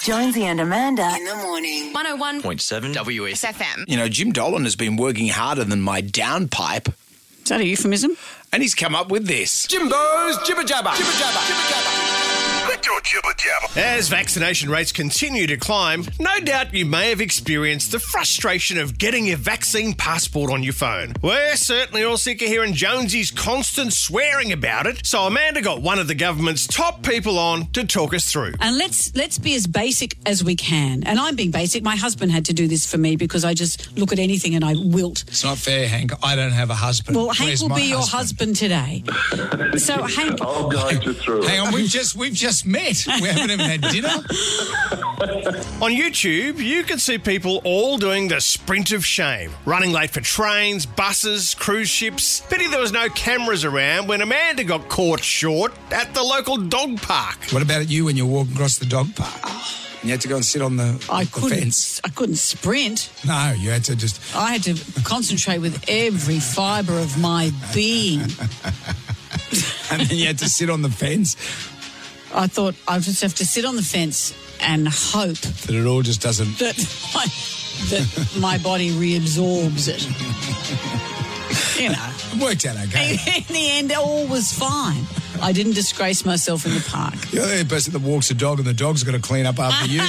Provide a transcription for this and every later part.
Jonesy and Amanda in the morning. 101 1.7 WS. FM. You know, Jim Dolan has been working harder than my downpipe, Is that a euphemism? and he's come up with this. Jimbo's Jibber Jabber. Jibber Jabber. Jibber Jabber. As vaccination rates continue to climb, no doubt you may have experienced the frustration of getting your vaccine passport on your phone. We're certainly all sick of hearing Jonesy's constant swearing about it, so Amanda got one of the government's top people on to talk us through. And let's let's be as basic as we can. And I'm being basic. My husband had to do this for me because I just look at anything and I wilt. It's not fair, Hank. I don't have a husband. Well, Hank Where's will my Oh, be your husband today. So Hank, I'll guide you through Hang it. on, we've just we've just met. We haven't even had dinner. On YouTube, you can see people all doing the sprint of shame, running late for trains, buses, cruise ships. Pity there was no cameras around when Amanda got caught short at the local dog park. What about you when you're walking across the dog park? And you had to go and sit on the, I the couldn't fence. I couldn't sprint. No, you had to just. I had to concentrate with every fibre of my being. And then you had to sit on the fence. I thought I just have to sit on the fence and hope That it all just doesn't. that my, that my body reabsorbs it. You know. It worked out okay. in the end, all was fine. I didn't disgrace myself in the park. You're the only person that walks a dog, and the dog's got to clean up after you.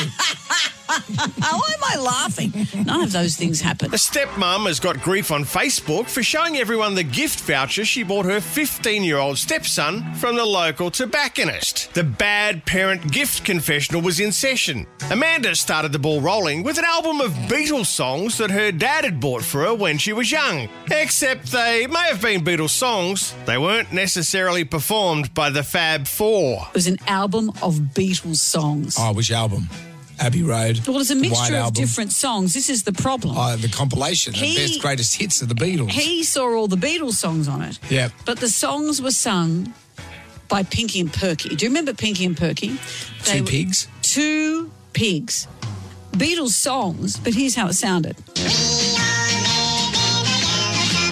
Oh, why am I laughing? None of those things happened. The stepmom has got grief on Facebook for showing everyone the gift voucher she bought her 15 year old stepson from the local tobacconist. The bad parent gift confessional was in session. Amanda started the ball rolling with an album of Beatles songs that her dad had bought for her when she was young. Except they may have been Beatles songs, they weren't necessarily performed by the Fab Four. It was an album of Beatles songs. Oh, which album? Abbey Road. well, it's a The mixture White of album. different songs. This is the problem. Oh, the compilation, He- the best greatest hits of the Beatles. he saw all the Beatles songs on it. Yep. But the songs were sung by Pinky and Perky. Do you remember Pinky and Perky? Two were- pigs? Two pigs. Beatles songs, but here's how it sounded.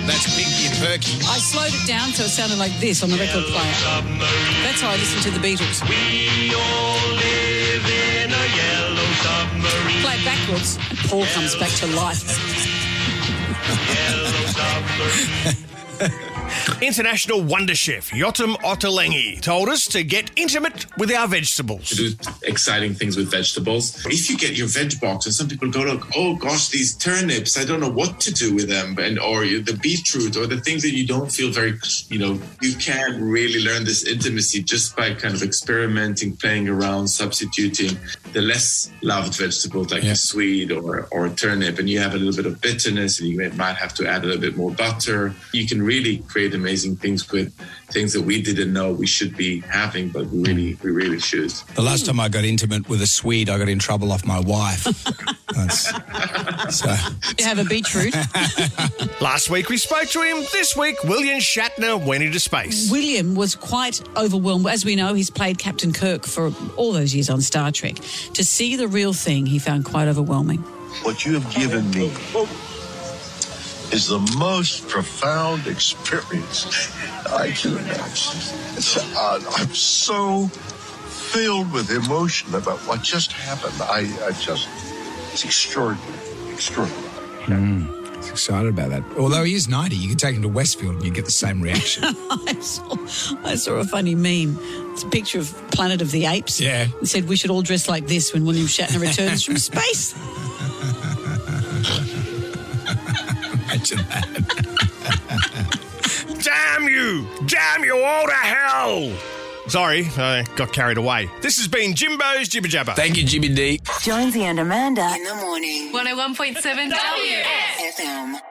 That's Pinky and Perky. I slowed it down so it sounded like this on the record player. That's how I listened to the Beatles. We all live in a yellow submarine. Play it backwards, and Paul comes back to life. International wonder chef Yotam Ottolenghi told us to get intimate with our vegetables. do exciting things with vegetables. If you get your veg box, and some people go like, "Oh gosh, these turnips! I don't know what to do with them," and or the beetroot, or the things that you don't feel very, you know, you can really learn this intimacy just by kind of experimenting, playing around, substituting the less loved vegetables like Yeah. a sweet or or turnip, and you have a little bit of bitterness, and you may- might have to add a little bit more butter. You can really create amazing things with things that we didn't know we should be having, but we really we really should. The last time I got intimate with a Swede, I got in trouble off my wife. That's, so, You have a beetroot. Last week we spoke to him. This week, William Shatner went into space. William was quite overwhelmed. As we know, he's played Captain Kirk for all those years on Star Trek. To see the real thing, he found quite overwhelming. What you have given me is the most profound experience I can imagine. It's, uh, I'm so filled with emotion about what just happened. I, I just, it's extraordinary, extraordinary. excited about that. Although he is 90, you can take him to Westfield and you get the same reaction. I saw, I saw a funny meme. It's a picture of Planet of the Apes. Yeah. It said we should all dress like this when William Shatner returns from space. Imagine that. Damn you! Damn you all to hell! Sorry, I got carried away. This has been Jimbo's Jibber Jabber. Thank you, Jimmy D. Jonesy and Amanda in the morning. 101.7 W. FM.